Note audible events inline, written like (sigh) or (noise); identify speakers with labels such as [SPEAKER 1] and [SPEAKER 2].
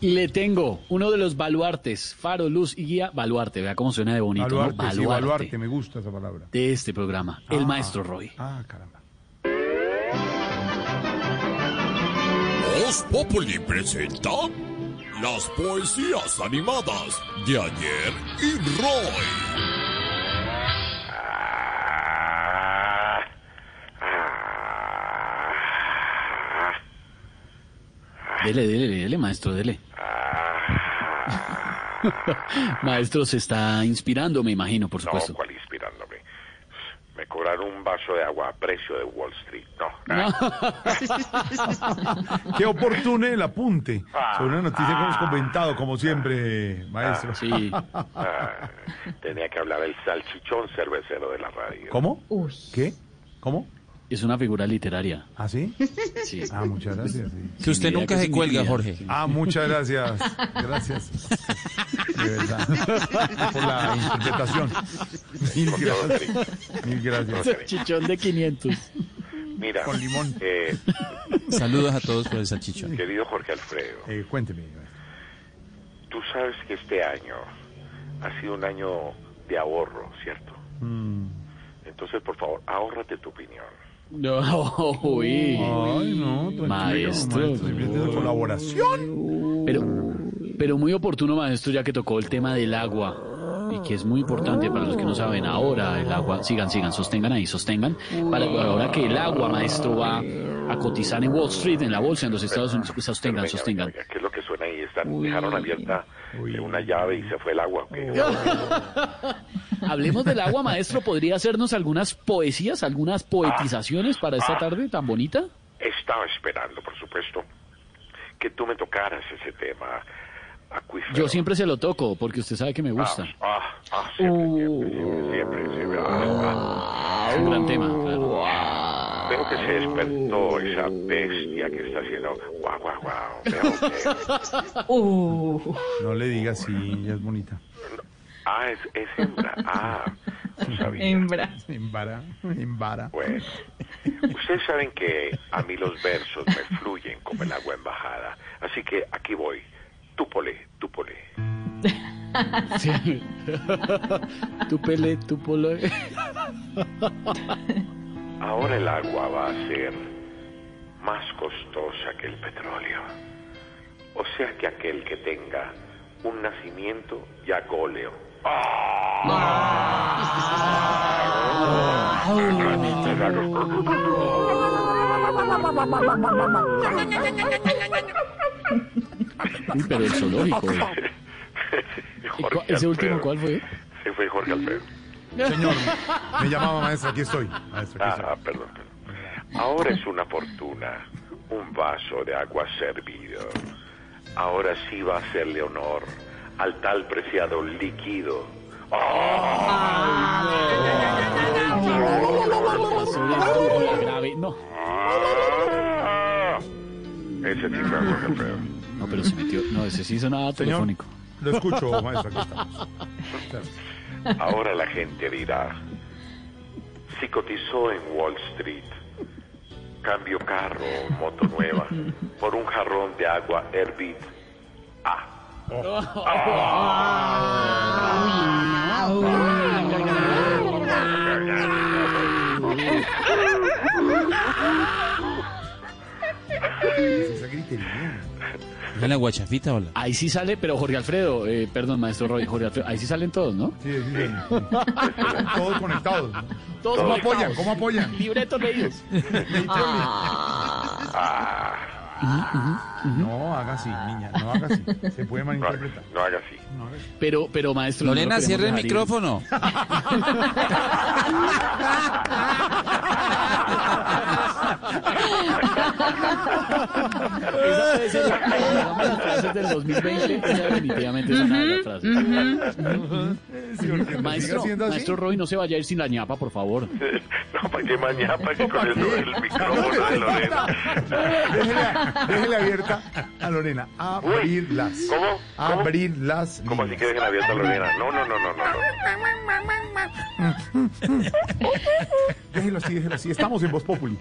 [SPEAKER 1] Le tengo uno de los baluartes, faro, luz y guía, baluarte, vea cómo suena de bonito, ¿no?
[SPEAKER 2] Baluarte, sí, baluarte, me gusta esa palabra.
[SPEAKER 1] de este programa, el
[SPEAKER 2] Ah.
[SPEAKER 1] maestro Roy.
[SPEAKER 2] Ah, caramba.
[SPEAKER 3] Voz Populi presenta las poesías animadas de ayer y Roy.
[SPEAKER 1] Dele, dele, dele, maestro, dele. maestro se está inspirando, me imagino, por
[SPEAKER 4] No, pues.
[SPEAKER 1] supuesto.
[SPEAKER 4] cuál inspirándome. Me cobraron un vaso de agua a precio de Wall Street. No.
[SPEAKER 2] Qué oportuno el apunte sobre una noticia que hemos comentado, como siempre, maestro.
[SPEAKER 1] Sí,
[SPEAKER 4] Ah, tenía que hablar el salchichón cervecero de la radio.
[SPEAKER 2] ¿Cómo? ¿Qué? ¿Cómo?
[SPEAKER 1] es una figura literaria.
[SPEAKER 2] ¿Ah, sí?
[SPEAKER 1] Sí.
[SPEAKER 2] Ah, muchas gracias. sí.
[SPEAKER 5] Que usted nunca se cuelga, Jorge.
[SPEAKER 2] Ah, muchas gracias. Gracias. De verdad. Por la interpretación. Mil gracias. Mil
[SPEAKER 1] (laughs)
[SPEAKER 2] gracias.
[SPEAKER 1] Chichón de 500.
[SPEAKER 4] Mira,
[SPEAKER 2] Con limón.
[SPEAKER 4] eh,
[SPEAKER 5] Saludos a todos por el salchichón.
[SPEAKER 4] querido Jorge Alfredo,
[SPEAKER 2] Eh, cuénteme. maestro.
[SPEAKER 4] tú sabes que este año ha sido un año de ahorro, ¿cierto?
[SPEAKER 2] Mm.
[SPEAKER 4] Entonces, por favor, ahórrate tu opinión.
[SPEAKER 1] No, (laughs) uy.
[SPEAKER 2] Ay, no, tranquilo.
[SPEAKER 1] Maestro.
[SPEAKER 2] estoy pidiendo colaboración.
[SPEAKER 1] Pero, pero muy oportuno, maestro, ya que tocó el tema del agua y que es muy importante para los que no saben ahora el agua. Sigan, sigan, sostengan ahí, sostengan. Para ahora que el agua, maestro, va a cotizar en Wall Street, en la bolsa, en los Estados Unidos, pues
[SPEAKER 4] Pero
[SPEAKER 1] sostengan,
[SPEAKER 4] venga,
[SPEAKER 1] sostengan.
[SPEAKER 4] venga, venga, ¿Qué es lo que suena ahí? Están, dejaron abierta
[SPEAKER 2] Uy.
[SPEAKER 4] eh, una llave y se fue el agua. ¿o qué?
[SPEAKER 1] Hablemos del agua, maestro. ¿Podría hacernos algunas poesías, algunas poetizaciones para esta tarde tan bonita?
[SPEAKER 4] Estaba esperando, por supuesto, que tú me tocaras ese tema acuífero.
[SPEAKER 1] Yo siempre se lo toco porque usted sabe que me gusta.
[SPEAKER 4] Ah, ah, siempre, siempre, siempre, siempre, siempre. Ah,
[SPEAKER 1] Es un gran tema, claro.
[SPEAKER 4] ah. Veo que se despertó esa bestia que está haciendo guau, guau, guau. Veo que-
[SPEAKER 2] No le digas si ella es bonita.
[SPEAKER 4] Ah, es, es hembra. Ah, no sabía.
[SPEAKER 6] Hembra.
[SPEAKER 2] Embara, embara.
[SPEAKER 4] Bueno, ustedes saben que a mí los versos me fluyen como el agua en bajada. Así que aquí voy. Túpole, túpole.
[SPEAKER 1] Sí. Tú pele, tú polo.
[SPEAKER 4] Ahora el agua va a ser más costosa que el petróleo. O sea que aquel que tenga un nacimiento ya goleo.
[SPEAKER 1] Uy, pero el zoológico. eh. ¿Y
[SPEAKER 4] Jorge
[SPEAKER 1] cua- ¿Ese último
[SPEAKER 4] Alfredo.
[SPEAKER 1] cuál fue?
[SPEAKER 4] Se fue Jorge Alfredo.
[SPEAKER 2] Señor, me llamaba maestra, aquí estoy. Maestra, aquí
[SPEAKER 4] Ah,
[SPEAKER 2] estoy.
[SPEAKER 4] perdón, perdón. Ahora es una fortuna, un vaso de agua servido. Ahora sí va a hacerle honor al tal preciado líquido.
[SPEAKER 1] Ah.
[SPEAKER 4] Ah.
[SPEAKER 1] La grave. No.
[SPEAKER 4] Ese sí fue Jorge Alfredo.
[SPEAKER 1] No, pero se metió. No, ese sí sonaba
[SPEAKER 2] Señor,
[SPEAKER 1] telefónico.
[SPEAKER 2] lo escucho, maestra, aquí estamos.
[SPEAKER 4] Ahora la gente dirá, si cotizó en Wall Street, cambio carro o moto nueva por un jarrón de agua Herbit A.
[SPEAKER 2] Esa gritería.
[SPEAKER 5] ¿En la guachafita hola?
[SPEAKER 1] Ahí sí sale, pero Jorge Alfredo, eh, perdón, maestro Roy, Jorge Alfredo, ahí sí salen todos, ¿no?
[SPEAKER 2] Sí, sí, sí. Todos conectados. ¿no?
[SPEAKER 1] Todos
[SPEAKER 2] ¿Cómo apoyan? ¿Cómo apoyan?
[SPEAKER 1] Libretos leídos.
[SPEAKER 2] No haga así, niña, no haga así. Se puede
[SPEAKER 4] No,
[SPEAKER 2] malinterpretar.
[SPEAKER 4] no haga así. (laughs)
[SPEAKER 2] No haga así.
[SPEAKER 1] Pero, pero maestro. no lo
[SPEAKER 5] Lorena,
[SPEAKER 1] queremos
[SPEAKER 5] cierre el
[SPEAKER 1] dejar ir.
[SPEAKER 5] micrófono.
[SPEAKER 1] Esa debe ser la- digamos, las frases del 2020. Esa pues definitivamente es una de las frases.
[SPEAKER 2] Señor, que me siga
[SPEAKER 1] Maestro,
[SPEAKER 2] haciendo así.
[SPEAKER 1] maestro Roy, no se vaya a ir sin la ñapa, por favor.
[SPEAKER 4] No, para que mañana, para que con el, el
[SPEAKER 2] Ah,
[SPEAKER 4] micrófono de Lorena.
[SPEAKER 2] (laughs) Déjela, déjela abierta a Lorena. Abrirlas.
[SPEAKER 4] ¿Cómo?
[SPEAKER 2] Ah,
[SPEAKER 4] ¿Cómo?
[SPEAKER 2] Abrirlas.
[SPEAKER 4] ¿Cómo así que dejen abierta a Lorena? No, no, no, no, no. no.
[SPEAKER 2] Déjelo así, déjelo así. Estamos en Voz Populi.